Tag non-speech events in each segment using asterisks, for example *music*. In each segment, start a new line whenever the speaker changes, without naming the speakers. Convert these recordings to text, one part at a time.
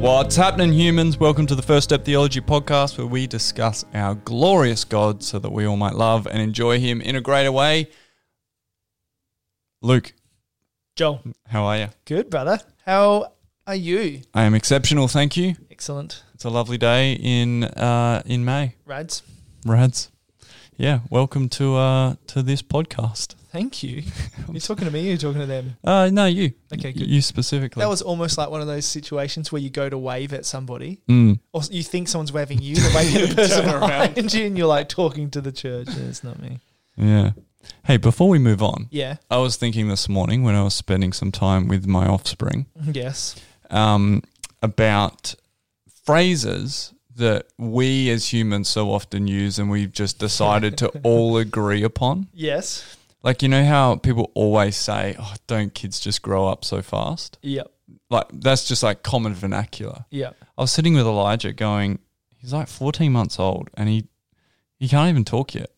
What's happening, humans? Welcome to the First Step Theology podcast, where we discuss our glorious God so that we all might love and enjoy Him in a greater way. Luke,
Joel,
how are you?
good brother. How are you?
I am exceptional, thank you.
Excellent.
It's a lovely day in uh, in May,
Rads,
Rads. Yeah, welcome to uh, to this podcast.
thank you. *laughs* You're talking to me, you're talking to them.
Uh, no, you.
Okay, good.
You specifically.
That was almost like one of those situations where you go to wave at somebody,
Mm.
or you think someone's waving you, they're *laughs* waving at the person behind you, and you're like talking to the church. Yeah, it's not me.
Yeah. Hey, before we move on,
Yeah.
I was thinking this morning when I was spending some time with my offspring
Yes.
um, about phrases that we as humans so often use and we've just decided to all agree upon.
Yes.
Like, you know how people always say, oh, don't kids just grow up so fast?
Yep.
Like, that's just like common vernacular.
*laughs* Yep.
I was sitting with Elijah going, he's like 14 months old and he, he can't even talk yet.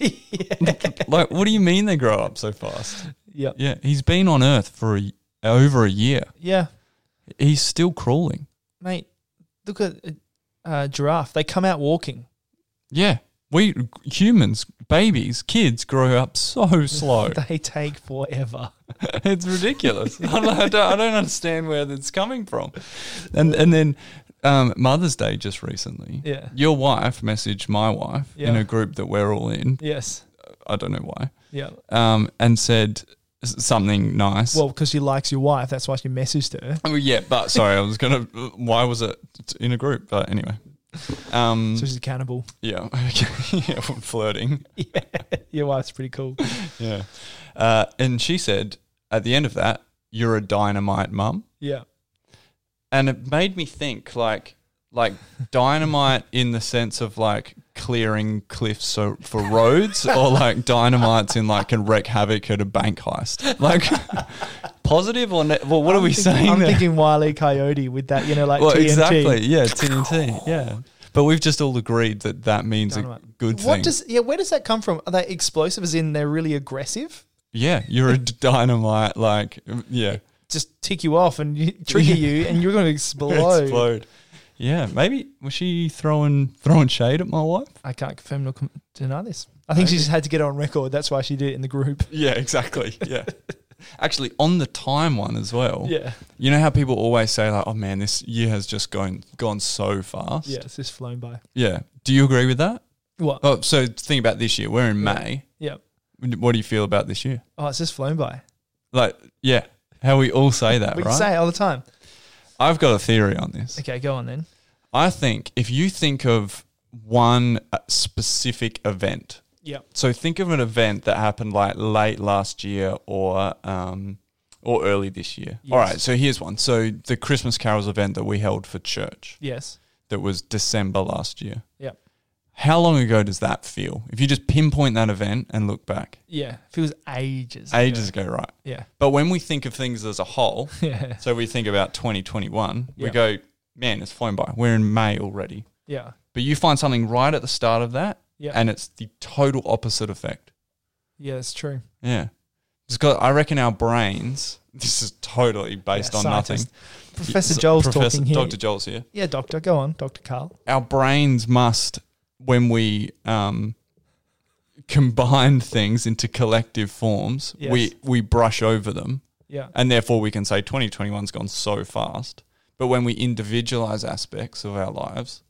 Like, what do you mean they grow up so fast?
Yep.
Yeah, he's been on Earth for a, over a year.
Yeah.
He's still crawling.
Mate, look at a uh, giraffe. They come out walking.
Yeah, we humans, babies, kids grow up so slow.
*laughs* They take forever.
it's ridiculous. I, don't, I don't- I don't understand where that's coming from. And and then um, Mother's Day just recently.
Yeah.
Your wife messaged my wife in
Yeah.
a group that we're all in.
Yes.
I don't know why.
Yeah.
Um, and said s- something nice.
Well, because she likes your wife, that's why she messaged her.
Oh, yeah, but sorry, I was gonna. Why was it in a group? But anyway, um,
So she's accountable.
yeah, *laughs* okay, yeah, flirting.
Your wife's
*laughs*
pretty cool.
Yeah. Uh, and she said at the end of that, you're a dynamite mum.
Yeah.
And it made me think like
*laughs*
like dynamite in the sense of like clearing cliffs so for roads
*laughs*
or like dynamites in like can wreak havoc at a bank heist. Like
*laughs*
positive or ne- well what are we saying
I'm
there?
thinking Wiley Coyote with that, you know, like
well
TNT.
exactly. Yeah, TNT. Yeah. But we've just all agreed that that means a
Dynamite.
good
What
thing.
does yeah? Where does that come from? Are they explosive? As in they're really aggressive?
yeah, you're a dynamite like yeah.
Just tick you off
*laughs*
and you, trigger you, and you're going to *laughs* explode.
explode. Yeah, maybe was she throwing throwing shade at my wife?
I can't confirm nor com- deny this. I think she just had to get it on record. That's why she did it in the group.
Yeah, exactly. Yeah. *laughs* Actually, on the time one as well.
Yeah.
You know how people always say like, "Oh man, this year has just gone gone so fast."
Yeah. It's just flown by.
Yeah. Do you agree with that?
What?
Oh, so think about this year. We're in May.
Yeah.
What do you feel about this year?
Oh, it's just flown by.
Like, yeah, how we all say that,
We
right?
say it all the time.
I've got a theory on this.
Okay, go on then.
I think if you think of one uh, specific event,
Yeah.
So think of an event that happened like late last year or um, or early this year.
Yes.
All right, so here's one. So the Christmas carols event that we held for church
Yes.
that was December last year.
Yeah.
How long ago does that feel? If you just pinpoint that event and look back,
Yeah. Feels ages. ago.
ages ago, right?
Yeah. *laughs*
But when we think of things as a whole,
Yeah.
so we think about 2021, we
Yeah.
go, man, it's flown by. We're in May already.
Yeah.
But you find something right at the start of that,
Yeah.
and it's the total opposite effect.
Yeah, that's true.
Yeah. It's got, I reckon our brains, *laughs* this is totally based
Yeah,
on
scientist.
nothing.
Professor
So-
Joel's
Professor-
talking here.
Dr. Joel's here.
Yeah, doctor, go on, Doctor Carl.
Our brains must, when we um, combine things into collective forms,
Yes.
we, we brush over them.
Yeah,
And therefore, we can say 2021's gone so fast. But when we individualize aspects of our lives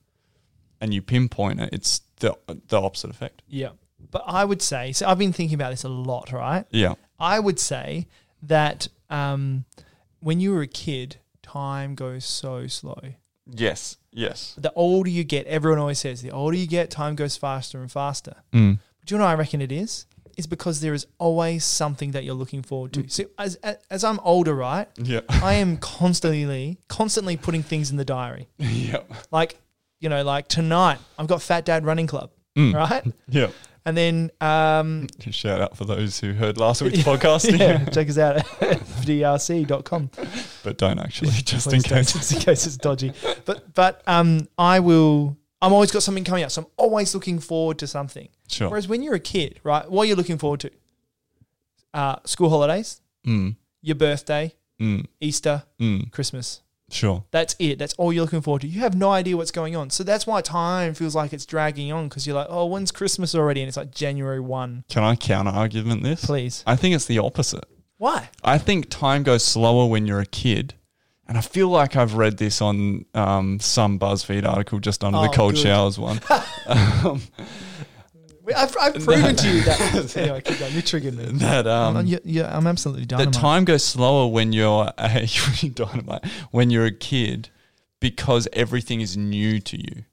and you pinpoint it, it's the, the opposite effect.
yeah. But I would say, so I've been thinking about this a lot, right?
Yeah.
I would say that um, when you were a kid, time goes so slow.
Yes. Yes.
The older you get, everyone always says, the older you get, time goes faster and faster.
Mm.
Do you know what I reckon it is? It's because there is always something that you're looking forward
Mm.
to. So as, as, as I'm older, right,
Yeah. *laughs*
I am constantly, constantly putting things in the diary.
yeah.
like you know like tonight i've got fat dad running club
Hmm.
right
Yeah.
and then
*laughs*
um
Just shout out for those who heard
*laughs*
last week's podcast,
yeah *laughs* check us out at drc.com
*laughs* but don't actually, just in
Please don't,
case.
*laughs* just in case it's dodgy but but um i will i'm always got something coming up so i'm always looking forward to something
Sure.
whereas when you're a kid right what are you looking forward to uh school holidays
Mm,
your birthday
mm,
easter
mm.
christmas
Sure.
That's it. That's all you're looking forward to. You have no idea what's going on. So that's why time feels like it's dragging on because you're like, oh, when's Christmas already? And it's like January 1.
Can I counter argument this?
Please.
I think it's the opposite.
Why?
I think time goes slower when you're a kid. And I feel like I've read this on um, some BuzzFeed article just under the
Oh,
cold
good.
showers one. *laughs*
Wait, I've, I've proven to you
*laughs*
that. anyway, keep going. You triggered me. *laughs*
that *laughs* um,
I'm, yeah, yeah, I'm absolutely
that
dynamite.
time goes slower when you're a *laughs* dynamite when you're a kid because everything is new to you.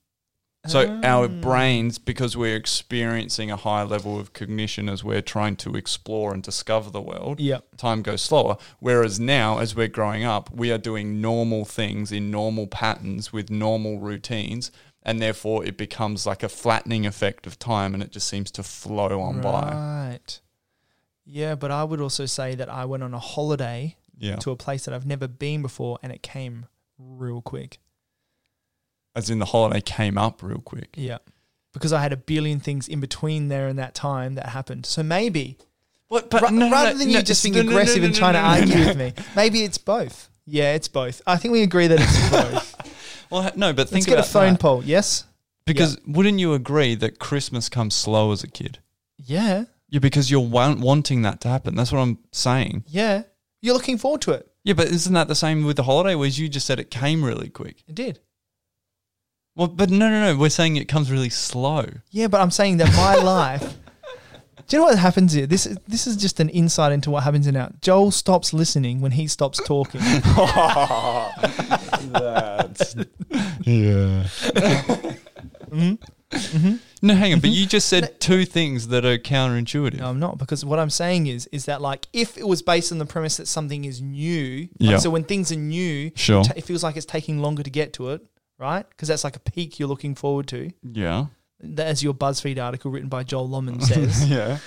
So
Ah.
our brains, because we're experiencing a high level of cognition as we're trying to explore and discover the world,
Yeah.
time goes slower. Whereas now, as we're growing up, we are doing normal things in normal patterns with normal routines, and therefore it becomes like a flattening effect of time, and it just seems to flow on by.
Right. Yeah, but I would also say that I went on a holiday
Yeah,
to a place that I've never been before and it came real quick.
as in the holiday came up real quick.
Yeah. Because I had a billion things in between there and that time that happened. So maybe,
What, but
ra- rather than you just being aggressive and trying to argue with
*laughs*
me, maybe it's both. Yeah, it's both. I think we agree that it's both.
Well, no, but *laughs* think
Let's get a
about
phone
that.
poll. Yes?
because wouldn't you agree that Christmas comes slow as a kid?
Yeah.
Yeah, because you're wan- wanting that to happen. That's what I'm saying.
Yeah. You're looking forward to it.
Yeah, but isn't that the same with the holiday? Whereas you just said it came really quick.
It did.
Well, but no, no, no. We're saying it comes really slow.
Yeah, but I'm saying that
*laughs*
my life. Do you know what happens here? This is this is just an insight into what happens in our. Joel stops listening when he stops
*laughs*
talking.
That's yeah. No, hang on. But you just
*laughs*
said two things that are counterintuitive.
no, I'm not because what I'm saying is is that like if it was based on the premise that something is new, like,
Yeah.
so when things are new,
Sure.
ta- it feels like it's taking longer to get to it, right? Because that's like a peak you're looking forward to. *laughs*
yeah.
That as your BuzzFeed article written by Joel Lomond *laughs* says.
Yeah.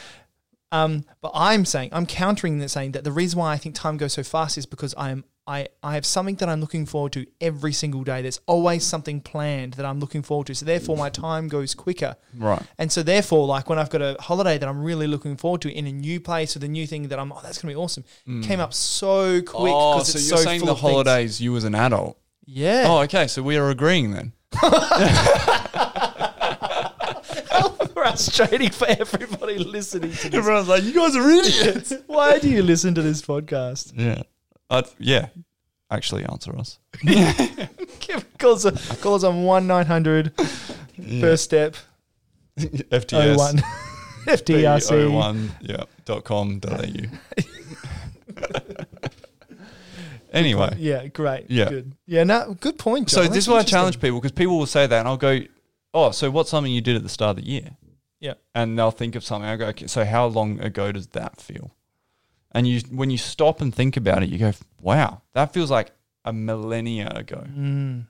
Um, but I'm saying I'm countering that, saying that the reason why I think time goes so fast is because I'm I I have something that I'm looking forward to every single day. There's always something planned that I'm looking forward to, so therefore my time goes quicker.
Right.
And so therefore, like when I've got a holiday that I'm really looking forward to in a new place with a new thing that I'm oh that's gonna be awesome, came up so quick
Mm. oh,
because
so
it's
you're
so
saying
full
the
of things.
holidays you as an adult.
Yeah.
Oh, okay. So we are agreeing then.
*laughs* frustrating for everybody
*laughs*
listening to this.
Everyone's like, you guys are idiots.
Why do you listen to this podcast?
Yeah. Uh, yeah. Actually, answer us.
*laughs* Calls calls on one nine hundred.
*laughs*
First step. Oh
FTS. *laughs*
one FDRC.
one Yeah. Dot com. Dot
*laughs*
au. anyway.
Yeah, great.
Yeah.
Good. Yeah, no, good point.
So
John.
this
That's
is why I
interesting.
challenge people because people will say that and I'll go, oh, so what's something you did at the start of the year?
Yeah.
And they'll think of something. I go, okay, so how long ago does that feel? And you, when you stop and think about it, you go, wow, that feels like a millennia ago.
Mm,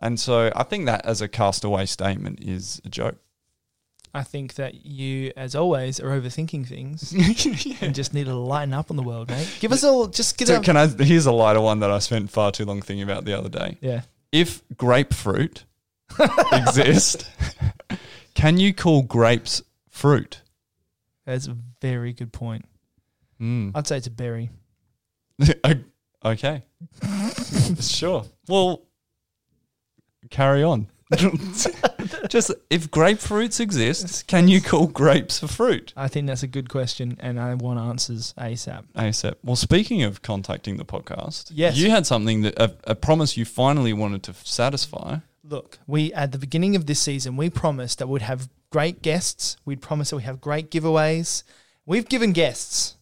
And so I think that as a castaway statement is a joke.
I think that you, as always, are overthinking
*laughs*
things
*laughs* Yeah.
and just need to lighten up on the world, mate. Give us all, just give
So
us.
can I? Here's a lighter one that I spent far too long thinking about the other day.
Yeah.
If grapefruit *laughs* exist, can you call grapes fruit?
That's a very good point.
*laughs* Hmm.
I'd say it's a berry.
*laughs* okay. sure. Well, carry *laughs* on. Just if grapefruits exist, can you call grapes a fruit?
I think that's a good question, and I want answers ASAP.
ASAP. Well, speaking of contacting the podcast,
Yes.
you had something that a, a promise you finally wanted to satisfy.
Look, we at the beginning of this season, we promised that we'd have great guests. We'd promised that we have great giveaways. We've given guests.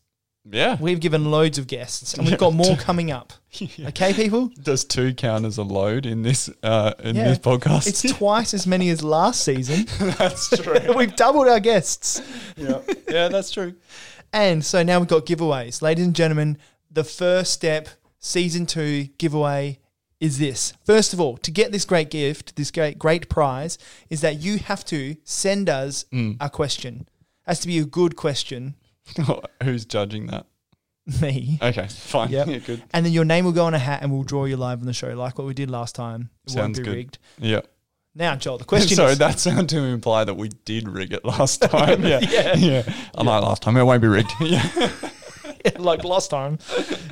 Yeah.
We've given loads of guests, and we've got more coming up. Okay, people,
Does two count as a load in this uh, in
Yeah.
this podcast? *laughs*
it's twice as many as last season.
that's true.
we've doubled our guests,
yeah. yeah, that's true. *laughs*
and so now we've got giveaways, ladies and gentlemen. The first step, season two giveaway, is this. First of all, to get this great gift, this great great prize, is that you have to send us a question. Has to be a good question,
Who's judging that?
*laughs* me.
Okay, fine.
Yep.
Yeah, good.
And then your name will go on a hat, and we'll draw you live on the show, like what we did last time. It
Sounds
won't be
good.
rigged.
Yeah.
Now, Joel, the question
Sorry,
is,
that sounded to imply that we did rig it last time. Yeah.
*laughs* Yeah.
I'm like last time. It
*laughs*
won't be rigged. yeah.
like last time.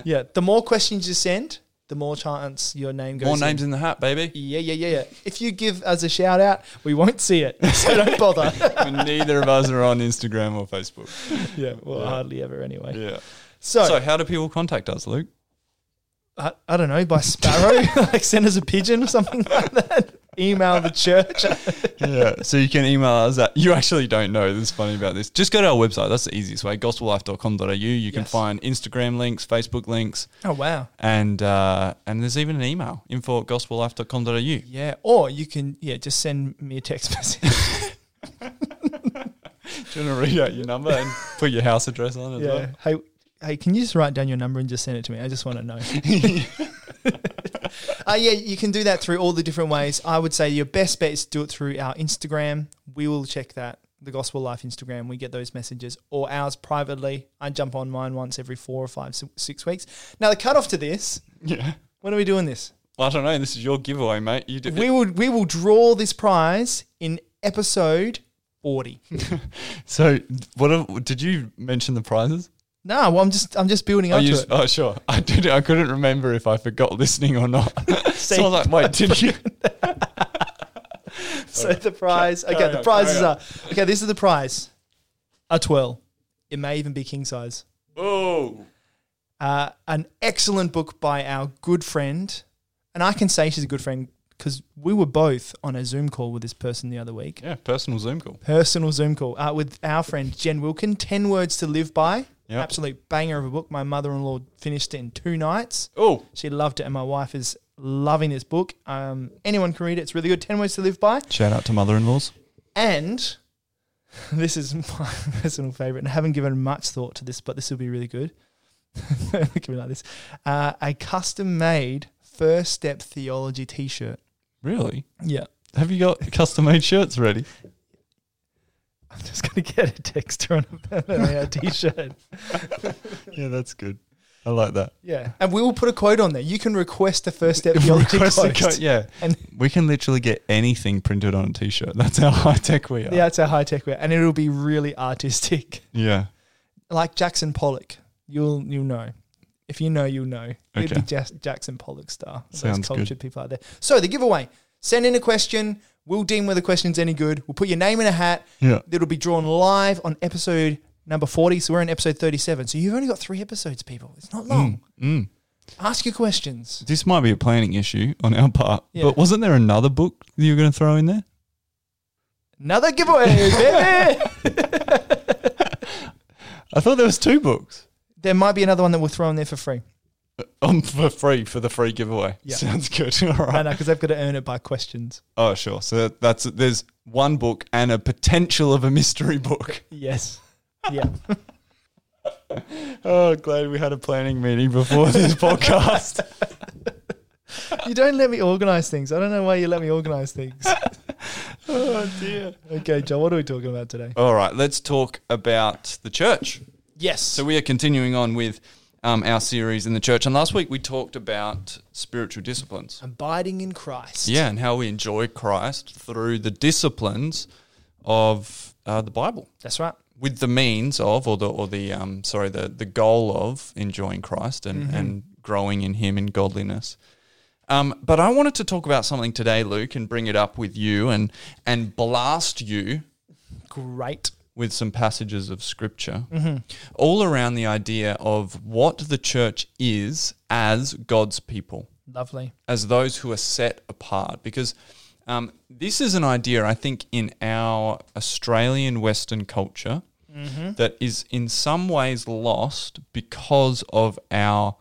Yeah, the more questions you send, the more chance your name goes.
More
in.
names in the hat, baby.
*laughs* Yeah, yeah, yeah, yeah. If you give us a shout out, we won't see it, *laughs* so don't
*laughs*
bother.
When neither of us are on Instagram or Facebook.
yeah, well,
Yeah.
hardly ever anyway.
Yeah.
So,
so how do people contact us, Luke?
I, I don't know by sparrow, *laughs* like send us a pigeon or something *laughs* like that. Email the church. *laughs*
yeah. So you can email us at you actually don't know. This is funny about this. Just go to our website. That's the easiest way. Gospellife.com.au. You can
Yes.
find Instagram links, Facebook links,
Oh wow.
and uh, and there's even an email info at gospellife.com.au.
Yeah, or you can yeah just send me a text *laughs* message.
Do you want to read out your number and put your house address on as
yeah. Hey, hey, can you just write down your number and just send it to me? I just
*laughs*
want to know.
well?
Uh, yeah, you can do that through all the different ways. I would say your best bet is to do it through our Instagram. We will check that, the Gospel Life Instagram. We get those messages or ours privately. I jump on mine once every four or five, si- six weeks. Now, the cutoff to this,
yeah.
when are we doing this?
Well, I don't know. This is your giveaway, mate. You do.
We will, we will draw this prize in episode 40.
Hmm. so what? Are, did you mention the prizes?
No, well, I'm just I'm just building
Oh,
up
you,
to
s-
it.
oh, sure. I did. I couldn't remember if I forgot listening or not. *laughs* so I was like, wait, did *laughs* you?
*laughs* So the prize, okay,
carry
the
on,
prizes
carry on.
are okay. This is the prize, a twirl. It may even be king size.
Oh.
uh, an excellent book by our good friend, and I can say she's a good friend because we were both on a Zoom call with this person the other week.
Yeah, personal Zoom call.
Personal Zoom call uh, with our friend Jen Wilkin. Ten words to live by.
Yep.
Absolute banger of a book. My mother-in-law finished it in two nights.
Oh,
She loved it, and my wife is loving this book. Um, anyone can read it. It's really good. Ten words to live by.
shout out to mother-in-laws.
And *laughs* this is my *laughs* personal favorite, and I haven't given much thought to this, but this will be really good. *laughs* Look at me like this. Uh, a custom made first step theology t shirt.
Really?
Yeah.
Have you got custom-made shirts ready?
*laughs* I'm just going to get a texter on *laughs* a t shirt.
Yeah, that's good. I like that.
Yeah. And we will put a quote on there. You can request a first step theology
Request a
quote.
coat, yeah,
And-
we can literally get anything printed on a t-shirt. That's how high tech we are.
Yeah, it's our high tech wear. And it'll be really artistic.
yeah.
Like Jackson Pollock. You'll, you'll know. If you know, you'll know. It'd
Okay.
be Jas- Jackson Pollock star.
Sounds
Those
good.
cultured people out there. So the giveaway. Send in a question. We'll deem whether the question's any good. We'll put your name in a hat.
Yeah.
It'll be drawn live on episode number 40. So we're in episode 37. So you've only got three episodes, people. It's not long.
Mm.
Ask your questions.
This might be a planning issue on our part,
Yeah.
but wasn't there another book you were going to throw in there?
Another giveaway, baby. *laughs*
I thought there was two books.
There might be another one that we'll throw in there for free.
Um, for free for the free giveaway.
Yeah. uh,
Sounds good. *laughs* All
No,
right.
no, because I've got to earn it by questions.
Oh, sure. So that, that's there's one book and a potential of a mystery book.
Yes. Yeah.
*laughs* Oh, glad we had a planning meeting before this podcast.
you don't let me organize things. I don't know why you let me organize things.
*laughs* oh dear.
Okay, Joe, what are we talking about today?
All right, let's talk about the church.
Yes.
So we are continuing on with um, our series in the church, and last week we talked about spiritual disciplines.
abiding in Christ.
Yeah, and how we enjoy Christ through the disciplines of uh, the Bible,
That's right.
with the means of, or the or the um, sorry, the the goal of enjoying Christ and and growing in Him in godliness. Um, but I wanted to talk about something today, Luke, and bring it up with you, and and blast you
Great.
with some passages of scripture all around the idea of what the church is as God's people
Lovely.
as those who are set apart. Because um, this is an idea, I think, in our Australian Western culture that is in some ways lost because of our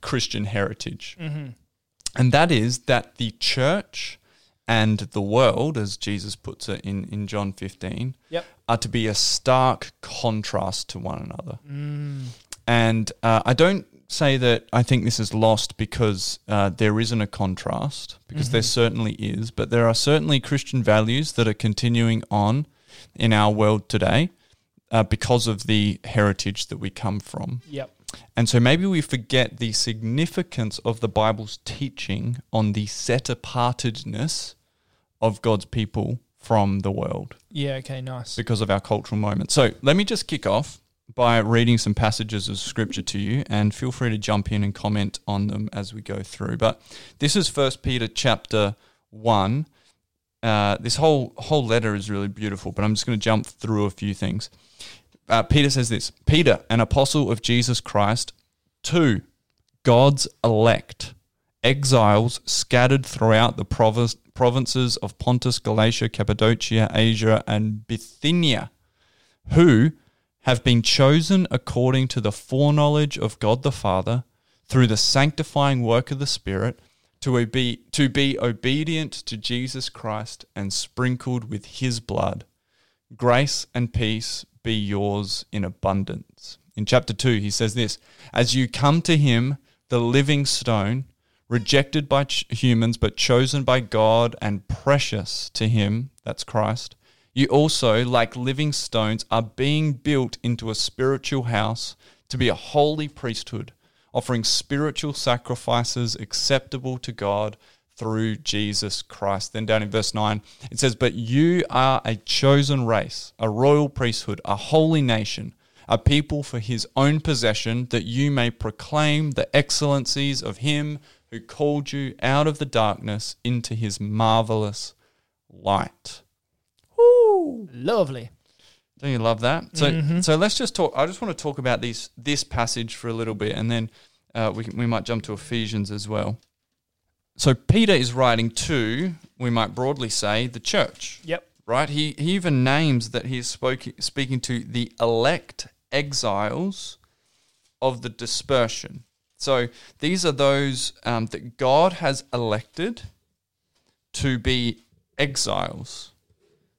Christian heritage. And that is that the church and the world, as Jesus puts it in, in John 15,
Yep.
are to be a stark contrast to one another. And uh, I don't say that I think this is lost because uh, there isn't a contrast, because there certainly is, but there are certainly Christian values that are continuing on in our world today uh, because of the heritage that we come from.
Yep.
And so maybe we forget the significance of the Bible's teaching on the set apartedness of God's people from the world
Yeah. Okay. Nice.
because of our cultural moment. So let me just kick off by reading some passages of scripture to you and feel free to jump in and comment on them as we go through. But this is First Peter chapter 1. Uh, this whole whole letter is really beautiful, but I'm just going to jump through a few things. Uh, Peter says this Peter, an apostle of Jesus Christ, to God's elect, exiles scattered throughout the provis- provinces of Pontus, Galatia, Cappadocia, Asia, and Bithynia, who have been chosen according to the foreknowledge of God the Father through the sanctifying work of the Spirit to, obe- to be obedient to Jesus Christ and sprinkled with his blood. Grace and peace be yours in abundance. In chapter 2, he says this As you come to him, the living stone, rejected by ch- humans but chosen by God and precious to him, that's Christ, you also, like living stones, are being built into a spiritual house to be a holy priesthood, offering spiritual sacrifices acceptable to God through Jesus Christ. Then down in verse 9, it says, But you are a chosen race, a royal priesthood, a holy nation, a people for his own possession, that you may proclaim the excellencies of him who called you out of the darkness into his marvelous light.
Lovely.
Don't you love that? So, so let's just talk. I just want to talk about these this passage for a little bit, and then uh, we can, we might jump to Ephesians as well. So Peter is writing to, we might broadly say, the church.
Yep.
Right. He he even names that he is spoke, speaking to the elect exiles of the dispersion. So these are those um, that God has elected to be exiles,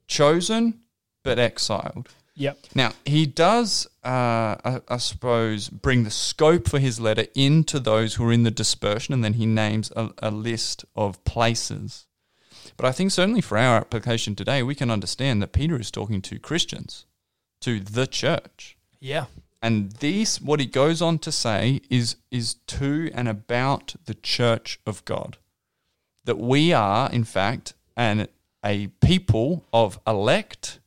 chosen but exiled.
Yep.
Now, he does, uh, I, I suppose, bring the scope for his letter into those who are in the dispersion, and then he names a, a list of places. But I think certainly for our application today, we can understand that Peter is talking to Christians, to the church.
Yeah.
And this, what he goes on to say, is, is to and about the church of God. That we are, in fact, an, a people of elect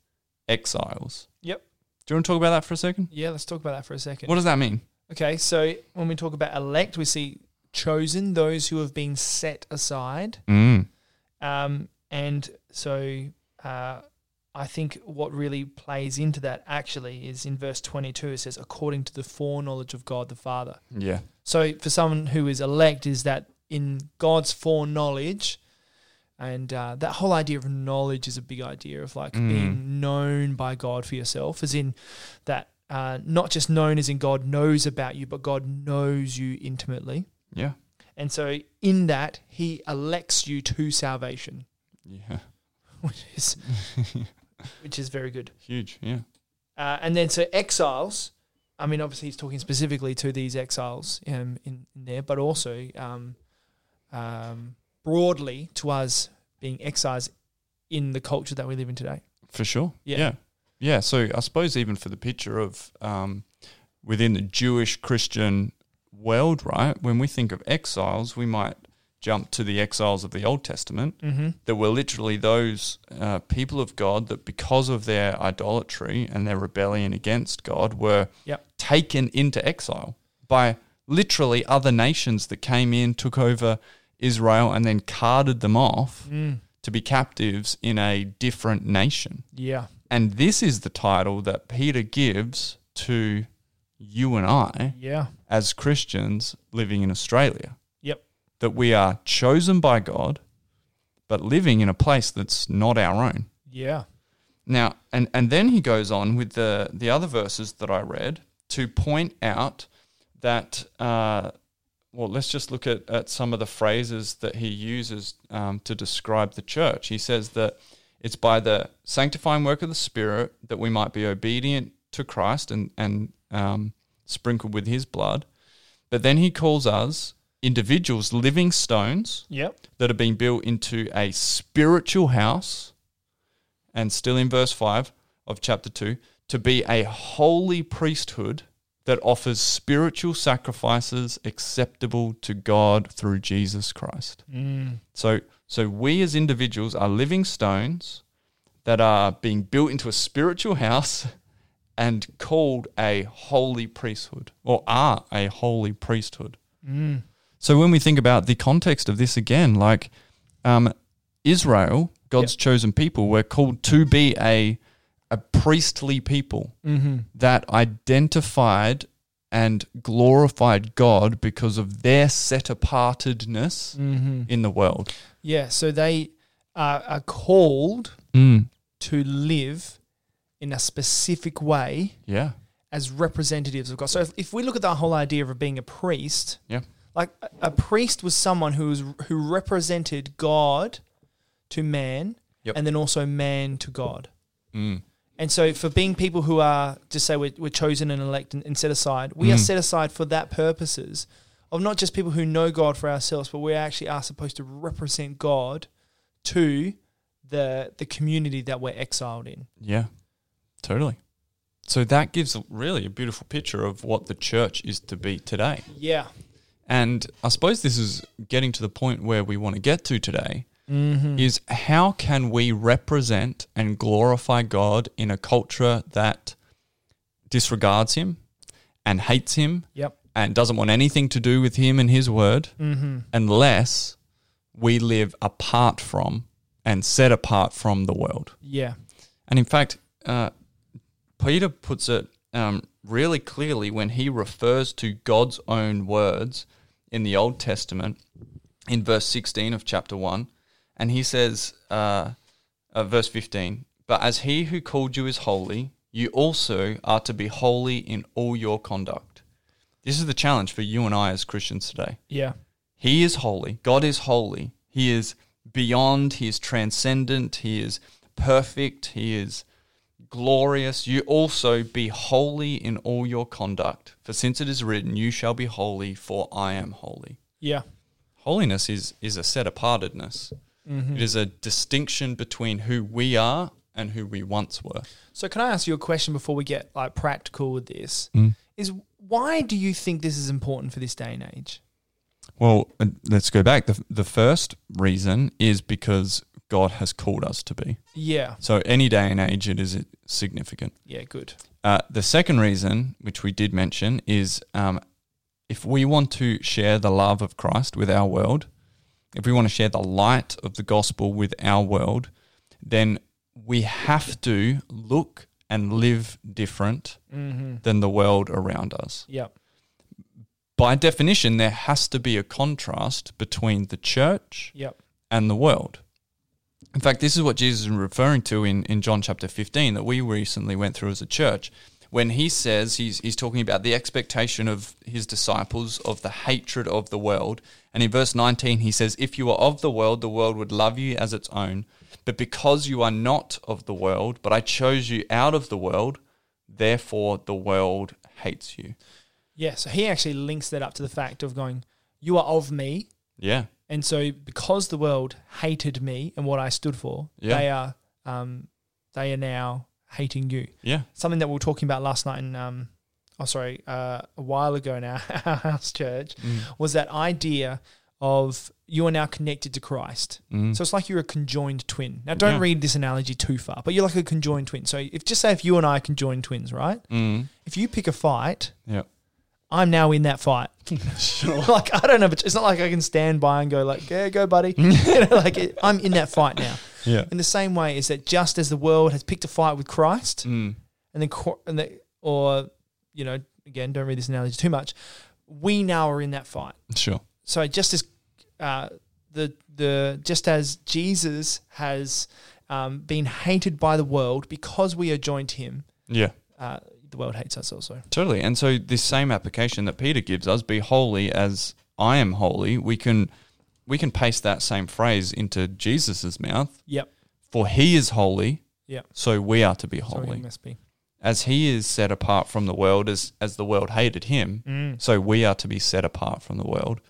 exiles.
Yep.
Do you want to talk about that for a second?
Yeah, let's talk about that for a second.
What does that mean?
Okay, so when we talk about elect, we see chosen, those who have been set aside.
Mm.
Um, and so uh, I think what really plays into that actually is in verse 22, it says, according to the foreknowledge of God the Father.
Yeah.
So for someone who is elect, is that in God's foreknowledge, and uh, that whole idea of knowledge is a big idea of like
Mm.
being known by God for yourself, as in that uh, not just known as in God knows about you, but God knows you intimately.
Yeah.
And so in that, He elects you to salvation,
Yeah.
*laughs* which is which is very good.
Huge. Yeah.
Uh, and then so exiles. I mean, obviously he's talking specifically to these exiles um, in, in there, but also um, um, broadly to us being exiles in the culture that we live in today.
For sure.
Yeah.
Yeah. Yeah. So I suppose even for the picture of um, within the Jewish Christian world, right? When we think of exiles, we might jump to the exiles of the Old Testament
Mm-hmm.
that were literally those uh, people of God that, because of their idolatry and their rebellion against God, were
Yep.
taken into exile by literally other nations that came in, took over Israel, and then carted them off
Mm.
to be captives in a different nation.
Yeah.
And this is the title that Peter gives to you and I
Yeah.
as Christians living in Australia.
Yep.
That we are chosen by God, but living in a place that's not our own.
Yeah.
Now, and, and then he goes on with the, the other verses that I read to point out that, uh, well, let's just look at, at some of the phrases that he uses um, to describe the church. He says that it's by the sanctifying work of the Spirit that we might be obedient to Christ and, and um, sprinkled with his blood. But then he calls us individuals, living stones,
Yep.
that have been built into a spiritual house, and still in verse 5 of chapter 2, to be a holy priesthood that offers spiritual sacrifices acceptable to God through Jesus Christ.
Mm.
So, so we as individuals are living stones that are being built into a spiritual house and called a holy priesthood or are a holy priesthood. So when we think about the context of this again, like um, Israel, God's chosen people, were called to be a a priestly people that identified and glorified God because of their set apartedness in the world.
Yeah, so they are, are called
Mm.
to live in a specific way
Yeah.
as representatives of God. So if, if we look at the whole idea of being a priest,
Yeah.
like a, a priest was someone who was who represented God to man,
Yep.
and then also man to God.
Mm.
And so, for being people who are, just say, we're, we're chosen and elect and, and set aside, we are
Mm.
set aside for that purposes of not just people who know God for ourselves, but we actually are supposed to represent God to the the community that we're exiled in.
Yeah. Totally. So that gives really a beautiful picture of what the church is to be today.
Yeah.
And I suppose this is getting to the point where we want to get to today is how can we represent and glorify God in a culture that disregards him and hates him
Yep.
and doesn't want anything to do with him and his word
Mm-hmm.
unless we live apart from and set apart from the world.
Yeah.
And in fact, uh, Peter puts it um, really clearly when he refers to God's own words in the Old Testament in verse 16 of chapter 1. And he says, uh, uh, verse 15, But as he who called you is holy, you also are to be holy in all your conduct. This is the challenge for you and I as Christians today.
Yeah.
He is holy. God is holy. He is beyond. He is transcendent. He is perfect. He is glorious. You also be holy in all your conduct. For since it is written, You shall be holy, for I am holy.
Yeah.
Holiness is, is a set apartedness, It is a distinction between who we are and who we once were.
So can I ask you a question before we get like practical with this?
Mm.
Is why do you think this is important for this day and age?
Well, uh, let's go back. The, the first reason is because God has called us to be.
Yeah.
So, any day and age, it is significant.
Yeah. Good.
Uh, the second reason, which we did mention, is um, if we want to share the love of Christ with our world, if we want to share the light of the gospel with our world, then we have to look and live different
Mm-hmm.
than the world around us.
Yeah.
By definition, there has to be a contrast between the church
Yep.
and the world. In fact, this is what Jesus is referring to in, in John chapter 15 that we recently went through as a church. When he says he's, he's talking about the expectation of his disciples of the hatred of the world. And in verse 19, he says, If you are of the world, the world would love you as its own. But because you are not of the world, but I chose you out of the world, therefore the world hates you.
Yeah, so he actually links that up to the fact of going, You are of me.
Yeah.
And so because the world hated me and what I stood for,
Yeah.
they are um, they are now hating you.
Yeah.
Something that we were talking about last night in um oh sorry, uh, a while ago in our *laughs* our house church
Mm.
was that idea of you are now connected to Christ.
Mm.
So it's like you're a conjoined twin. Now don't
Yeah.
read this analogy too far, but you're like a conjoined twin. So if just say if you and I are conjoined twins, right?
Mm.
If you pick a fight,
Yeah.
I'm now in that
*laughs*
fight. *laughs* like I don't know, but it's not like I can stand by and go like, yeah, go, buddy. *laughs* you know, like it, I'm in that fight now.
Yeah.
In the same way, is that just as the world has picked a fight with Christ,
Mm.
and then Cor- and the, or you know, again, don't read this analogy too much. We now are in that fight.
Sure.
So just as uh, the the just as Jesus has um, been hated by the world because we are joined to Him,
Yeah.
uh, the world hates us also.
Totally. And so this same application that Peter gives us, be holy as I am holy, we can we can paste that same phrase into Jesus's mouth.
Yep.
For he is holy,
Yeah.
so we are to be
So
holy.
He must be.
as he is set apart from the world as as the world hated him,
Mm.
so we are to be set apart from the world.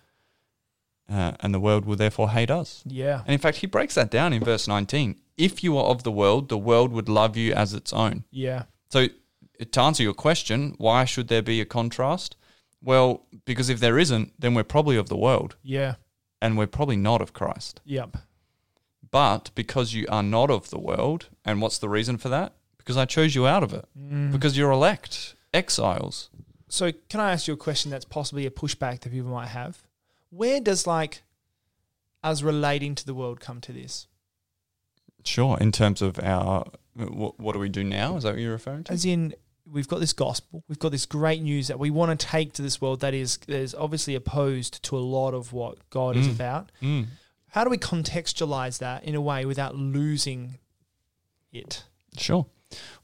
Uh, and the world will therefore hate us.
Yeah.
And in fact, he breaks that down in verse 19. If you are of the world, the world would love you as its own.
Yeah.
So, to answer your question, why should there be a contrast? Well, because if there isn't, then we're probably of the world
Yeah.
and we're probably not of Christ.
Yep.
But because you are not of the world, and what's the reason for that? because I chose you out of it
Mm.
because you're elect exiles.
So, can I ask you a question that's possibly a pushback that people might have? Where does like us relating to the world come to this?
Sure. In terms of our, what, what do we do now? Is that what you're referring to?
As in, we've got this gospel, we've got this great news that we want to take to this world that is that is obviously opposed to a lot of what God is
Mm.
about.
Mm.
How do we contextualize that in a way without losing it?
Sure.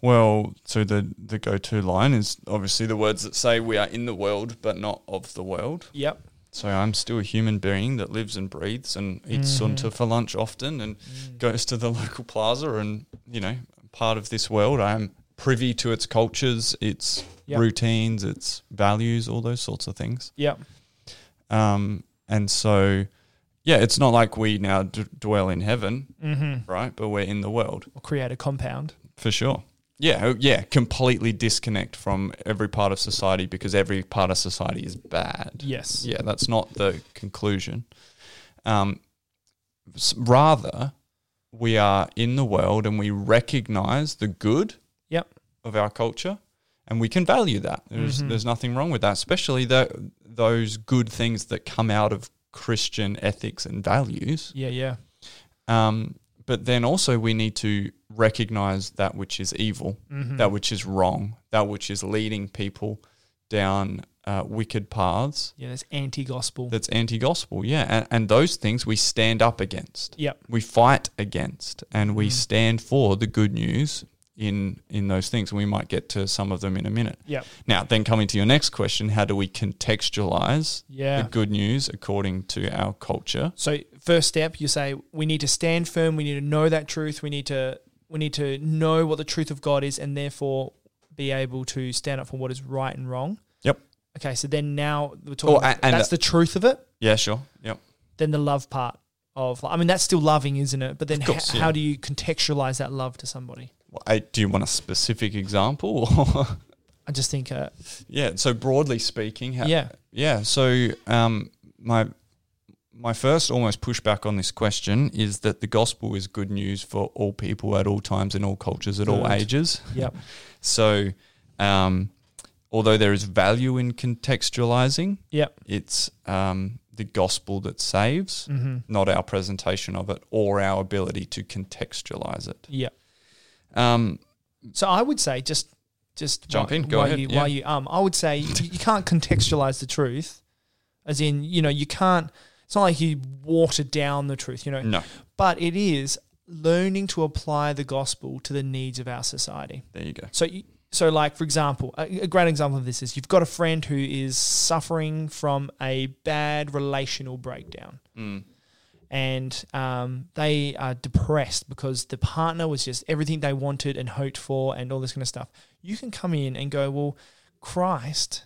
Well, so the the go to line is obviously the words that say we are in the world but not of the world.
Yep.
So I'm still a human being that lives and breathes and eats
Mhm.
sunta for lunch often and
Mm.
goes to the *laughs* local plaza and you know part of this world. I'm privy to its cultures, its
Yep.
routines, its values, all those sorts of things.
Yep.
Um, and so, yeah, it's not like we now d- dwell in heaven,
Mm-hmm.
right? But we're in the world.
Or create a compound.
For sure. Yeah, oh, yeah, completely disconnect from every part of society because every part of society is bad.
Yes.
Yeah, that's not the conclusion. Um, s- rather, we are in the world and we recognize the good
Yep.
of our culture and we can value that. There's,
Mhm.
there's nothing wrong with that, especially the, those good things that come out of Christian ethics and values.
Yeah. Yeah.
Um, but then also, we need to recognize that which is evil
Mm-hmm.
that which is wrong, that which is leading people down uh, wicked paths
yeah. That's anti-gospel.
that's anti gospel. Yeah. And, and those things we stand up against.
Yep.
We fight against and we
Mm.
stand for the good news in in those things. We might get to some of them in a minute.
Yep.
Now, then coming to your next question, how do we contextualize
Yeah.
the good news according to our culture?
So first step, you say we need to stand firm. We need to know that truth. We need to we need to know what the truth of God is, and therefore be able to stand up for what is right and wrong.
Yep.
Okay. So then now we're talking.
Oh, a-
about-
and
that's the truth of it.
Yeah, sure. Yep.
Then the love part of I mean that's still loving, isn't it? But then
Of course,
ho-
yeah.
how do you contextualize that love to somebody?
Well, I, do you want a specific example? *laughs* Or
I just think, uh,
yeah. So broadly speaking, how,
yeah,
Yeah. So um, my my first almost pushback on this question is that the gospel is good news for all people at all times in all cultures at all
Good.
ages.
Yep.
So um, although there is value in contextualizing,
Yep.
it's um, the gospel that saves,
mm-hmm.
not our presentation of it or our ability to contextualize it.
yeah.
Um,
So I would say just just
Jump
why-
in, go
why
ahead,
You,
yeah.
Why you um? I would say you, you can't contextualize the truth, as in you know you can't. It's not like you water down the truth, you know.
no,
But it is learning to apply the gospel to the needs of our society.
there you go.
So you, so like for example, a, a great example of this is you've got a friend who is suffering from a bad relational breakdown
Mm.
and um, they are depressed because the partner was just everything they wanted and hoped for and all this kind of stuff. You can come in and go, well, Christ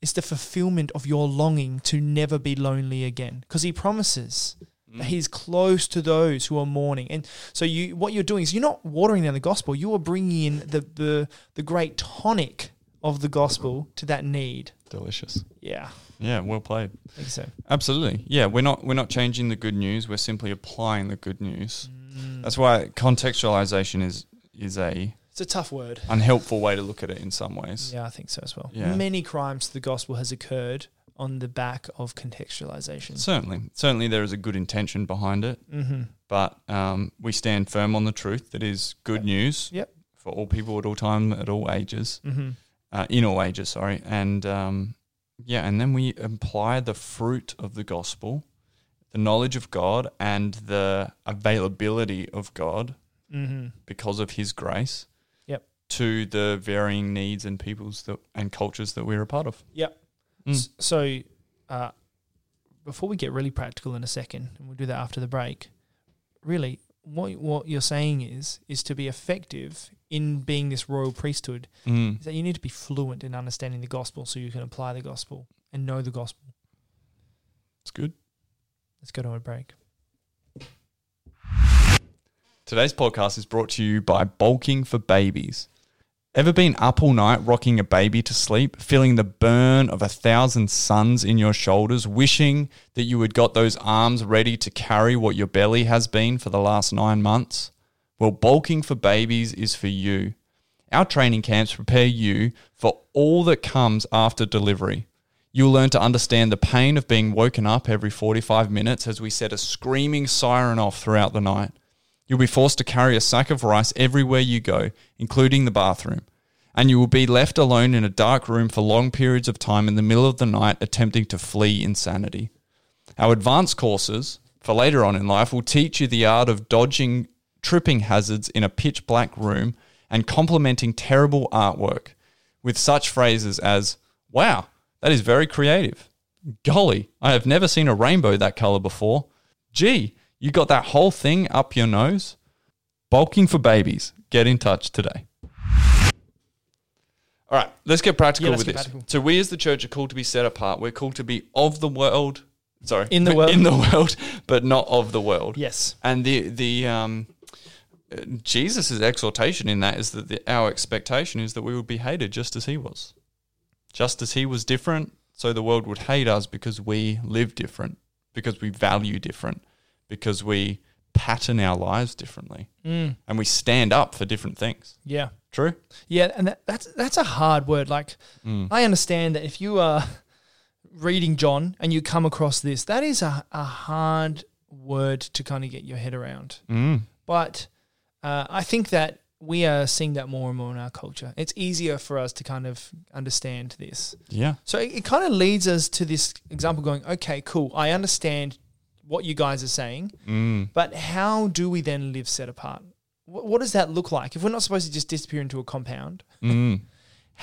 is the fulfillment of your longing to never be lonely again because he promises that he's close to those who are mourning. And so you what you're doing is you're not watering down the gospel, you are bringing in the the, the great tonic of the gospel to that need.
Delicious.
Yeah,
Yeah, well played.
I think so.
Absolutely. Yeah, we're not we're not changing the good news. We're simply applying the good news.
Mm.
That's why contextualization is is a
It's a tough word.
unhelpful way to look at it in some ways.
Yeah, I think so as well.
Yeah.
Many crimes to the gospel has occurred on the back of contextualization.
Certainly, certainly there is a good intention behind it,
mm-hmm.
but um, we stand firm on the truth that is good news.
Yep.
For all people at all time, at all ages,
Mm-hmm.
uh, in all ages, sorry, and um, yeah, and then we apply the fruit of the gospel, the knowledge of God, and the availability of God
Mm-hmm.
because of his grace
Yep.
to the varying needs and peoples that and cultures that we're a part of. Mm.
S- So, uh, before we get really practical in a second, and we'll do that after the break. Really, what what you're saying is is to be effective in being this royal priesthood
Mm.
is that you need to be fluent in understanding the gospel so you can apply the gospel and know the gospel.
It's good.
Let's go to a break.
Today's podcast is brought to you by Bulking for Babies. Ever been up all night rocking a baby to sleep, feeling the burn of a thousand suns in your shoulders, wishing that you had got those arms ready to carry what your belly has been for the last nine months? Well, Bulking for Babies is for you. Our training camps prepare you for all that comes after delivery. You'll learn to understand the pain of being woken up every 45 minutes as we set a screaming siren off throughout the night. You'll be forced to carry a sack of rice everywhere you go, including the bathroom. And you will be left alone in a dark room for long periods of time in the middle of the night attempting to flee insanity. Our advanced courses for later on in life will teach you the art of dodging tripping hazards in a pitch black room and complementing terrible artwork with such phrases as, Wow, that is very creative. Golly, I have never seen a rainbow that color before. Gee, you got that whole thing up your nose? Bulking for babies. Get in touch today. All right, let's get practical
Yeah, let's
with
get
this.
practical.
So, we as the church are called to be set apart. We're called to be of the world. Sorry,
In the
*laughs*
world.
in the world, but not of the world.
Yes.
And the the um, Jesus' exhortation in that is that the, our expectation is that we would be hated just as he was, just as he was different. So the world would hate us because we live different, because we value different, because we pattern our lives differently,
Mm,
and we stand up for different things.
yeah.
True.
Yeah, and that, that's that's a hard word. Like I understand that if you are reading John and you come across this, that is a, a hard word to kind of get your head around.
Mm.
But uh, I think that we are seeing that more and more in our culture. It's easier for us to kind of understand this.
Yeah.
So it, it kind of leads us to this example going, okay, cool, I understand what you guys are saying,
Mm.
but how do we then live set apart? What, what does that look like? If we're not supposed to just disappear into a compound,
Mm.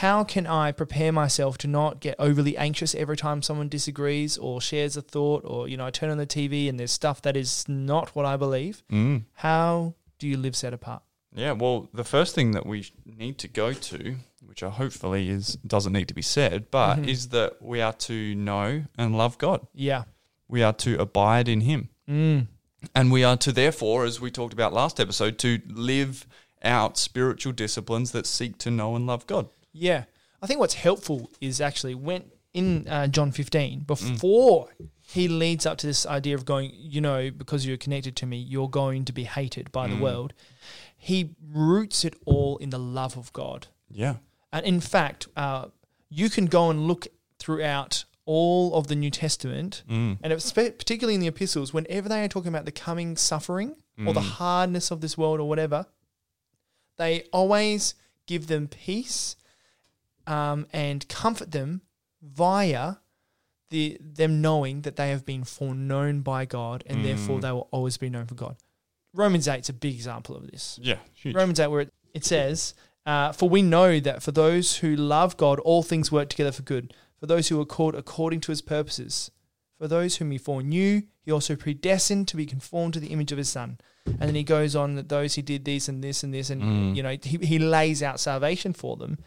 how can I prepare myself to not get overly anxious every time someone disagrees or shares a thought or, you know, I turn on the TV and there's stuff that is not what I believe?
Mm.
How do you live set apart?
Yeah, well, the first thing that we need to go to, which I hopefully is doesn't need to be said, but
Mhm.
is that we are to know and love God.
Yeah.
We are to abide in Him,
Mm.
and we are to therefore, as we talked about last episode, to live out spiritual disciplines that seek to know and love God.
Yeah. I think what's helpful is actually when in uh, John 15, before he leads up to this idea of going, you know, because you're connected to me, you're going to be hated by the world, he roots it all in the love of God.
Yeah.
And in fact, uh, you can go and look throughout all of the New Testament,
Mm.
and it's spe- particularly in the epistles, whenever they are talking about the coming suffering or the hardness of this world or whatever, they always give them peace um, and comfort them via the them knowing that they have been foreknown by God, and therefore they will always be known for God. Romans 8 is a big example of this.
Yeah. Huge.
Romans 8, where it, it says, uh, For we know that for those who love God, all things work together for good, for those who are called according to his purposes. For those whom he foreknew, he also predestined to be conformed to the image of his son. And then he goes on that those who did this and this and this, and
Mm.
you know, he, he lays out salvation for them.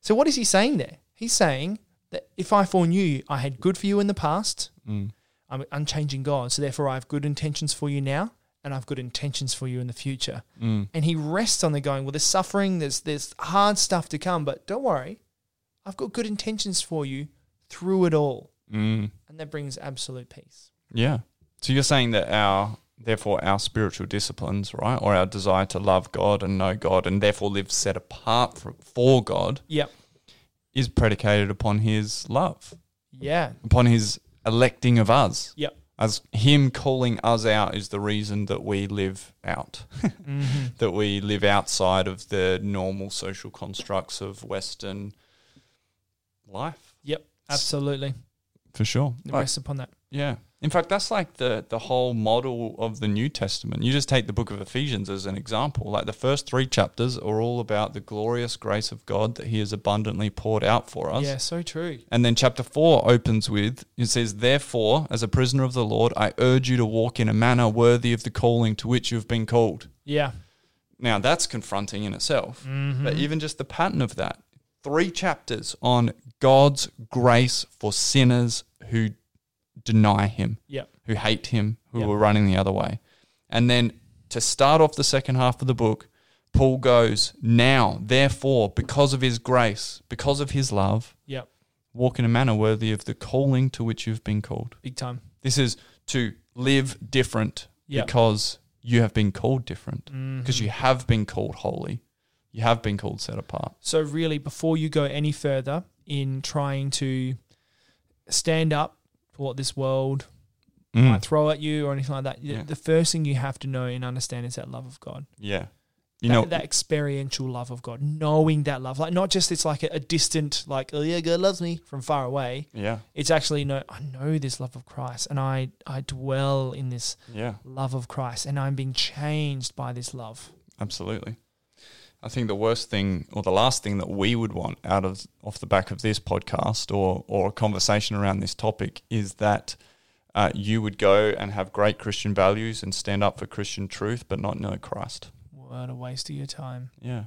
So, what is he saying there? He's saying that if I foreknew you, I had good for you in the past,
Mm.
I'm unchanging God, so therefore I have good intentions for you now, and I have good intentions for you in the future
Mm.
and he rests on the going. Well, there's suffering, there's there's hard stuff to come, but don't worry, I've got good intentions for you through it all,
Mm.
and that brings absolute peace.
Yeah. So you're saying that our therefore our spiritual disciplines, right, or our desire to love God and know God, and therefore live set apart for, for God,
Yep.
is predicated upon His love.
Yeah.
upon his electing of us.
Yep.
As him calling us out is the reason that we live out, *laughs* that we live outside of the normal social constructs of Western life.
Yep. Absolutely.
For sure.
It
Like,
rests upon that.
yeah. In fact, that's like the, the whole model of the New Testament. You just take the book of Ephesians as an example. Like the first three chapters are all about the glorious grace of God that he has abundantly poured out for us.
Yeah. So true.
And then chapter 4 opens with it says, Therefore, as a prisoner of the Lord, I urge you to walk in a manner worthy of the calling to which you have been called.
Yeah.
Now, that's confronting in itself. But even just the pattern of that three chapters on God's grace for sinners who deny him,
Yep.
who hate him, who
Yeah.
were running the other way. And then to start off the second half of the book, Paul goes, Now, therefore, because of his grace, because of his love,
Yep.
walk in a manner worthy of the calling to which you've been called.
Big time.
This is to live different
Yep. Mm-hmm.
because you have been called different, because you have been called holy, you have been called set apart.
So, really, before you go any further in trying to stand up to what this world
Mm.
might throw at you or anything like that, the-
Hmm. Yeah.
the first thing you have to know and understand is that love of God.
Yeah. You
that,
know,
that experiential love of God, knowing that love, like not just it's like a, a distant, like oh yeah, God loves me from far away.
yeah,
It's actually no, I know this love of Christ, and I I dwell in this
yeah,
love of Christ, and I'm being changed by this love.
absolutely. I think the worst thing or the last thing that we would want out of off the back of this podcast or or a conversation around this topic is that uh, you would go and have great Christian values and stand up for Christian truth but not know Christ.
What a waste of your time.
Yeah.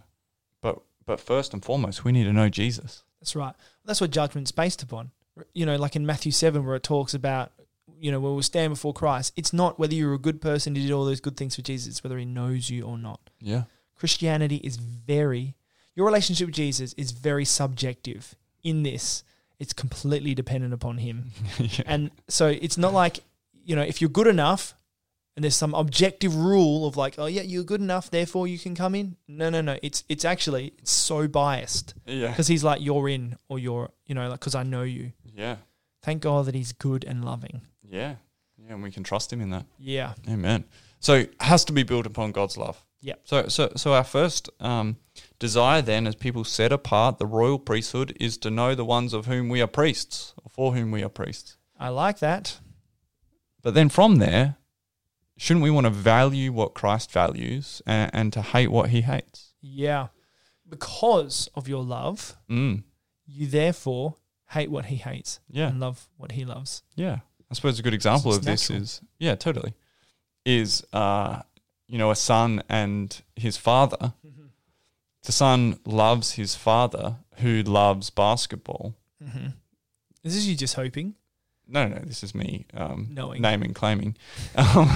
But but first and foremost, we need to know Jesus.
That's right. That's what judgment's based upon. You know, like in Matthew seven, where it talks about, you know, when we stand before Christ, it's not whether you're a good person who did all those good things for Jesus, it's whether He knows you or not.
*laughs* Yeah.
Christianity is very, your relationship with Jesus is very subjective in this. It's completely dependent upon Him.
yeah.
And so it's not like, you know, if you're good enough and there's some objective rule of like, oh, yeah, you're good enough, therefore you can come in. No, no, no. It's, it's actually it's so biased
Yeah.
because He's like, you're in or you're, you know, like, because I know you.
Yeah.
Thank God that He's good and loving.
Yeah. Yeah, and we can trust him in that.
Yeah.
Amen. So it has to be built upon God's love.
Yep.
So so so our first um, desire then, as people set apart the royal priesthood, is to know the ones of whom we are priests or for whom we are priests.
I like that.
But then from there, shouldn't we want to value what Christ values and, and to hate what He hates?
Yeah. Because of your love,
Mm.
you therefore hate what he hates
Yeah.
and love what he loves.
Yeah. I suppose a good example
It's
of this
natural.
is yeah, totally. Is uh, you know, a son and his father.
Mm-hmm.
The son loves his father who loves basketball.
Mm-hmm. Is this you just hoping?
No, no, this is me um,
Knowing.
naming, claiming. Um,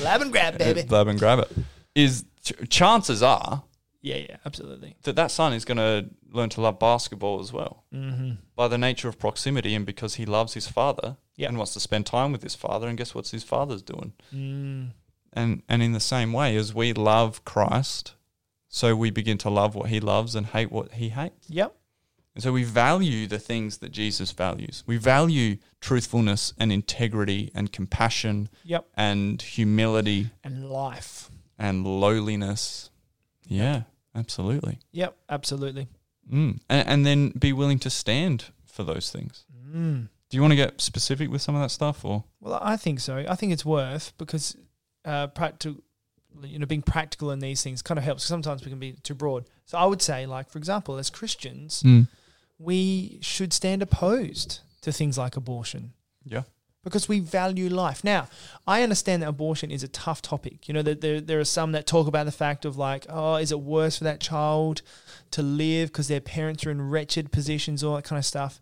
Lab and
*laughs*
grab, baby.
Blab and grab it. Is ch- chances are
Yeah, yeah, absolutely.
that that son is going to learn to love basketball as well
Mm-hmm.
by the nature of proximity and because he loves his father
Yeah.
and wants to spend time with his father. And guess what's his father's doing?
Mm.
And and in the same way as we love Christ, so we begin to love what he loves and hate what he hates.
Yep.
And so we value the things that Jesus values. We value truthfulness and integrity and compassion
Yep.
and humility
And life.
and lowliness. Yeah, absolutely.
Yep, absolutely.
Mm. And, and then be willing to stand for those things.
Mm.
Do you want to get specific with some of that stuff or?
Well, I think so. I think it's worth because uh, practical, you know, being practical in these things kind of helps. Sometimes we can be too broad. So I would say, like for example, as Christians, we should stand opposed to things like abortion.
Yeah.
Because we value life. Now, I understand that abortion is a tough topic. You know, that there, there are some that talk about the fact of like, oh, is it worse for that child to live because their parents are in wretched positions, all that kind of stuff.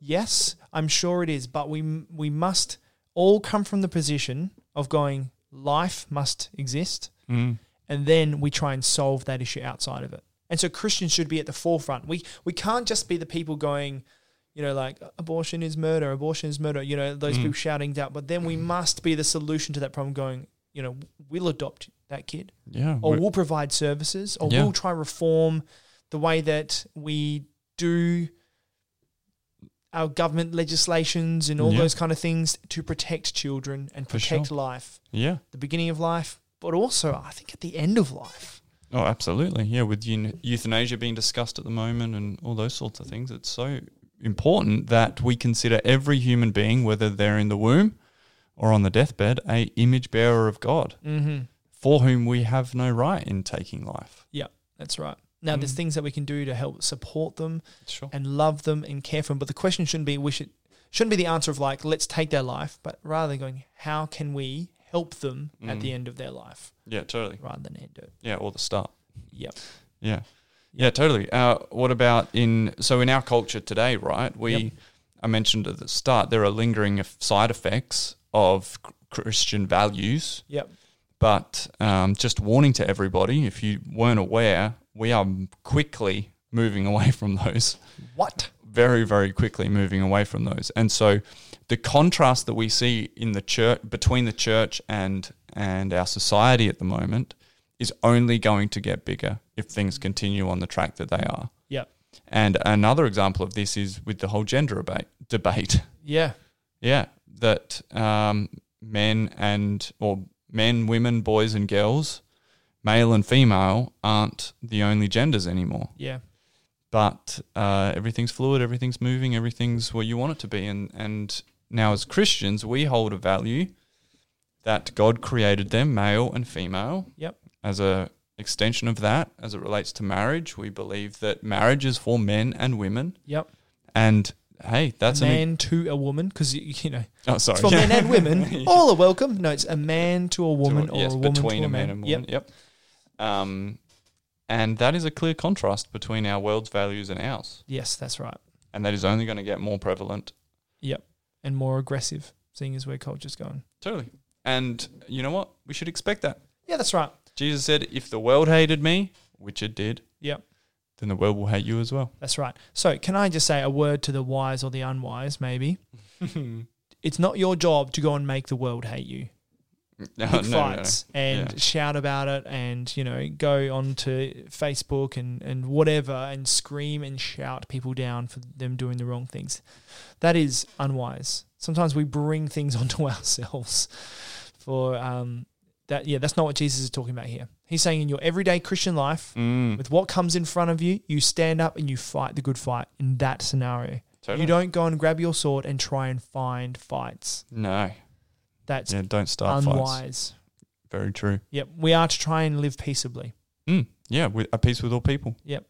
Yes, I'm sure it is, but we we must all come from the position of going, life must exist
Mm.
and then we try and solve that issue outside of it. And so Christians should be at the forefront. We we can't just be the people going, you know, like abortion is murder, abortion is murder. You know, those
Mm.
people shouting it out. But then we must be the solution to that problem. Going, you know, we'll adopt that kid,
Yeah.
or
we-
we'll provide services, or
Yeah.
we'll try and reform the way that we do our government legislations and all
Yeah.
those kind of things to protect children and
For sure.
protect life,
yeah.
the beginning of life, but also I think at the end of life.
Oh, absolutely. Yeah, with eu- euthanasia being discussed at the moment and all those sorts of things, it's so important that we consider every human being, whether they're in the womb or on the deathbed, a image bearer of God,
Mm-hmm.
for whom we have no right in taking life.
That's right. Now, there's
Mm.
things that we can do to help support them
Sure.
and love them and care for them. But the question shouldn't be we should shouldn't be the answer of like let's take their life, but rather than going how can we help them at
Mm.
the end of their life
Yeah, totally.
rather than end it.
Yeah, or the start.
Yep.
Yeah. Yeah, totally. Uh, what about in so in our culture today, right? We
Yep.
I mentioned at the start there are lingering eff- side effects of cr- Christian values,
Yep.
but um, just warning to everybody if you weren't aware, we are quickly moving away *laughs* from those
What?
very, very quickly moving away from those. And so the contrast that we see in the church between the church and and our society at the moment is only going to get bigger. if things continue on the track that they are.
Yep.
And another example of this is with the whole gender debate. debate.
Yeah.
Yeah, that um, men and or men, women, boys, and girls, male and female, aren't the only genders anymore.
Yeah.
But uh, everything's fluid, everything's moving, everything's where you want it to be. And and now as Christians, we hold a value that God created them, male and female.
Yep.
As a extension of that, as it relates to marriage, we believe that marriage is for men and women.
Yep.
And hey, that's
a
an
man to a woman because you, you know
oh sorry
it's for
*laughs* Yeah.
men and women.
Yeah.
All are welcome. No, it's a man to a woman
to-
or
yes,
a woman
between
to
a man and woman.
Yep.
Yep. Um, and that is a clear contrast between our world's values and ours,
Yes, that's right.
and that is only going to get more prevalent.
And more aggressive, seeing as where culture's going.
Totally. And you know what? We should expect that.
Yeah, that's right.
Jesus said, "If the world hated me, which it did,
Yep.
then the world will hate you as
*laughs*
well." *laughs*
That's right. So, can I just say a word to the wise or the unwise? Maybe
no,
it's not your job to go and make the world hate you.
no, *laughs*
Pick
no, no.
fights and
Yeah.
shout about it, and you know, go onto Facebook and and whatever, and scream and shout people down for them doing the wrong things. That is unwise. Sometimes we bring things *laughs* onto ourselves for um, that. Yeah, that's not what Jesus is talking about here. He's saying in your everyday Christian life,
Mm,
with what comes in front of you, you stand up and you fight the good fight in that scenario.
totally.
You don't go and grab your sword and try and find fights.
No.
That's
Yeah, don't start fights.
unwise.
Very true.
Yep. We are to try and live peaceably.
Mm, yeah, with a peace with all people.
Yep.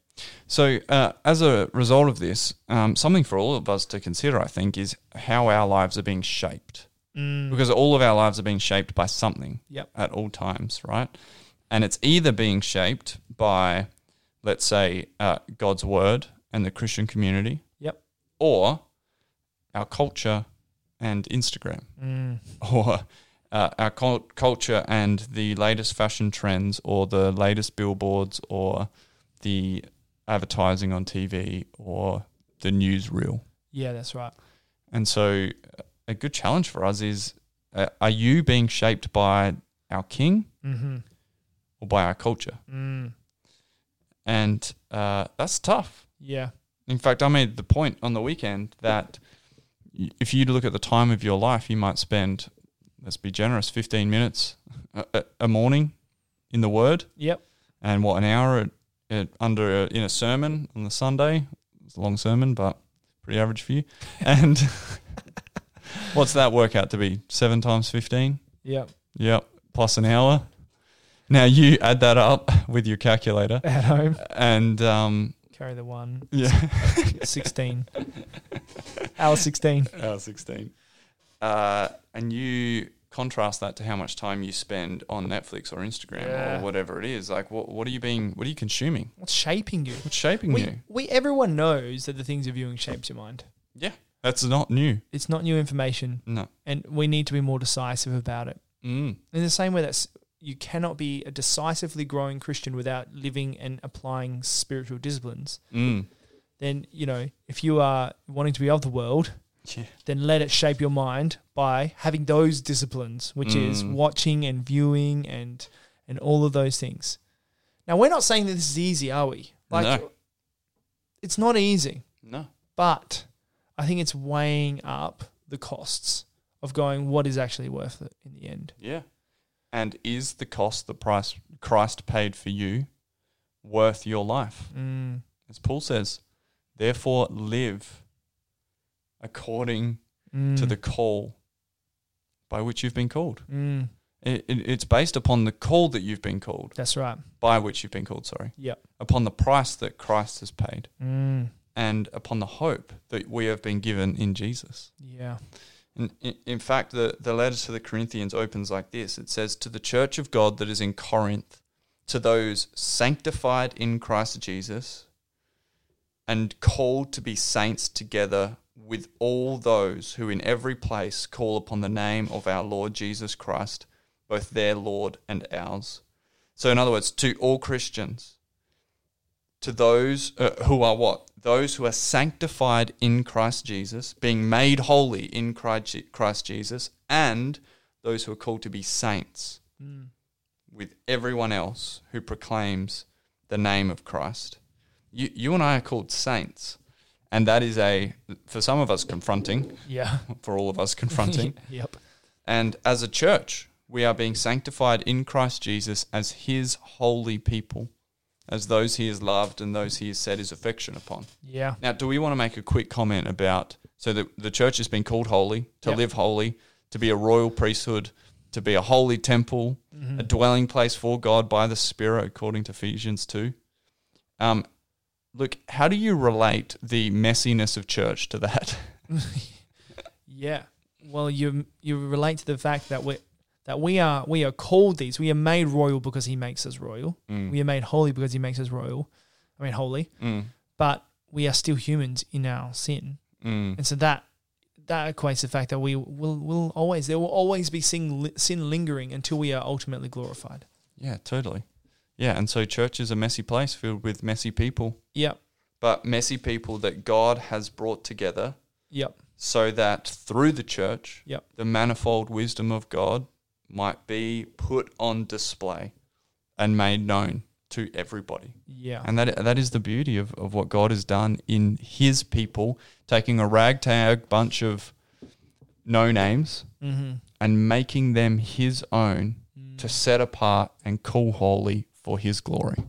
So, uh, as a result of this, um, something for all of us to consider, I think, is how our lives are being shaped.
Mm.
Because all of our lives are being shaped by something
Yep.
at all times, right? And it's either being shaped by, let's say, uh, God's word and the Christian community.
Yep.
Or our culture and Instagram,
Mm.
or uh, our cult- culture and the latest fashion trends, or the latest billboards, or the advertising on TV, or the newsreel.
Yeah, that's right.
And so, a good challenge for us is: uh, Are you being shaped by our king
Mm-hmm.
or by our culture?
Mm.
And uh, that's tough.
Yeah.
In fact, I made the point on the weekend that y- if you look at the time of your life, you might spend, let's be generous, 15 minutes a, a- a morning in the Word,
Yep.
and what an hour at, at under in a sermon on the Sunday. It's a long sermon, but pretty average for you. And *laughs* what's that work out to be? Seven times 15? *laughs*
Yep.
Yep, plus an hour. Now you add that up *laughs* with your calculator,
At home.
and um,
Carry the one. *laughs*
yeah.
16. Hour 16.
hour 16. Uh, and you contrast that to how much time you spend on Netflix or Instagram
Yeah.
or whatever it is. Like, what, what are you being, what are you consuming?
What's shaping you?
What's shaping
We,
you?
we everyone knows that the things you're viewing shapes your mind.
Yeah. That's not new.
It's not new information,
No.
and we need to be more decisive about it.
Mm.
In the same way that s- you cannot be a decisively growing Christian without living and applying spiritual disciplines,
Mm.
then, you know, if you are wanting to be of the world,
Yeah.
then let it shape your mind by having those disciplines, which is
Mm.
watching and viewing and and all of those things. Now, we're not saying that this is easy, are we? Like
No.
it's not easy,
No.
but I think it's weighing up the costs of going what is actually worth it in the end.
Yeah. And is the cost the price Christ paid for you worth your life?
Mm.
As Paul says, therefore live according to
Mm.
the call by which you've been called.
Mm.
It, it, it's based upon the call that you've been called,
That's right.
by which you've been called, sorry.
Yep.
Upon the price that Christ has paid
Mm.
and upon the hope that we have been given in Jesus.
Yeah.
And in, in fact, the, the letter to the Corinthians opens like this it says, To the church of God that is in Corinth, to those sanctified in Christ Jesus and called to be saints together with all those who in every place call upon the name of our Lord Jesus Christ, both their Lord and ours. So, in other words, to all Christians, to those uh, who are what? Those who are sanctified in Christ Jesus, being made holy in Christ Je- Christ Jesus, and those who are called to be saints
Mm.
with everyone else who proclaims the name of Christ. You, you and I are called saints. And that is a, for some of us, confronting,
Yeah.
for all of us,
*laughs*
confronting.
yep.
And as a church, we are being sanctified in Christ Jesus as his holy people, as those he has loved and those he has set his affection upon.
Yeah.
Now, do we want to make a quick comment about so that the church has been called holy, to
Yep.
live holy, to be a royal priesthood, to be a holy temple,
Mm-hmm.
a dwelling place for God by the Spirit, according to Ephesians 2? Um, look, how do you relate the messiness of church to that?
Yeah. Well, you you relate to the fact that we that we are we are called these. We are made royal because He makes us royal.
*laughs* Mm.
We are made holy because He makes us royal. I mean, holy.
Mm.
But we are still humans in our sin,
Mm.
and so that that equates to the fact that we will will always there will always be sin sin lingering until we are ultimately glorified.
Yeah, totally. Yeah, and so church is a messy place filled with messy people,
Yep.
but messy people that God has brought together
Yep.
so that through the church,
Yep.
the manifold wisdom of God might be put on display and made known to everybody.
Yeah.
And that that is the beauty of, of what God has done in his people, taking a ragtag bunch of no names
mm-hmm.
and making them his own to set apart and call holy for his glory.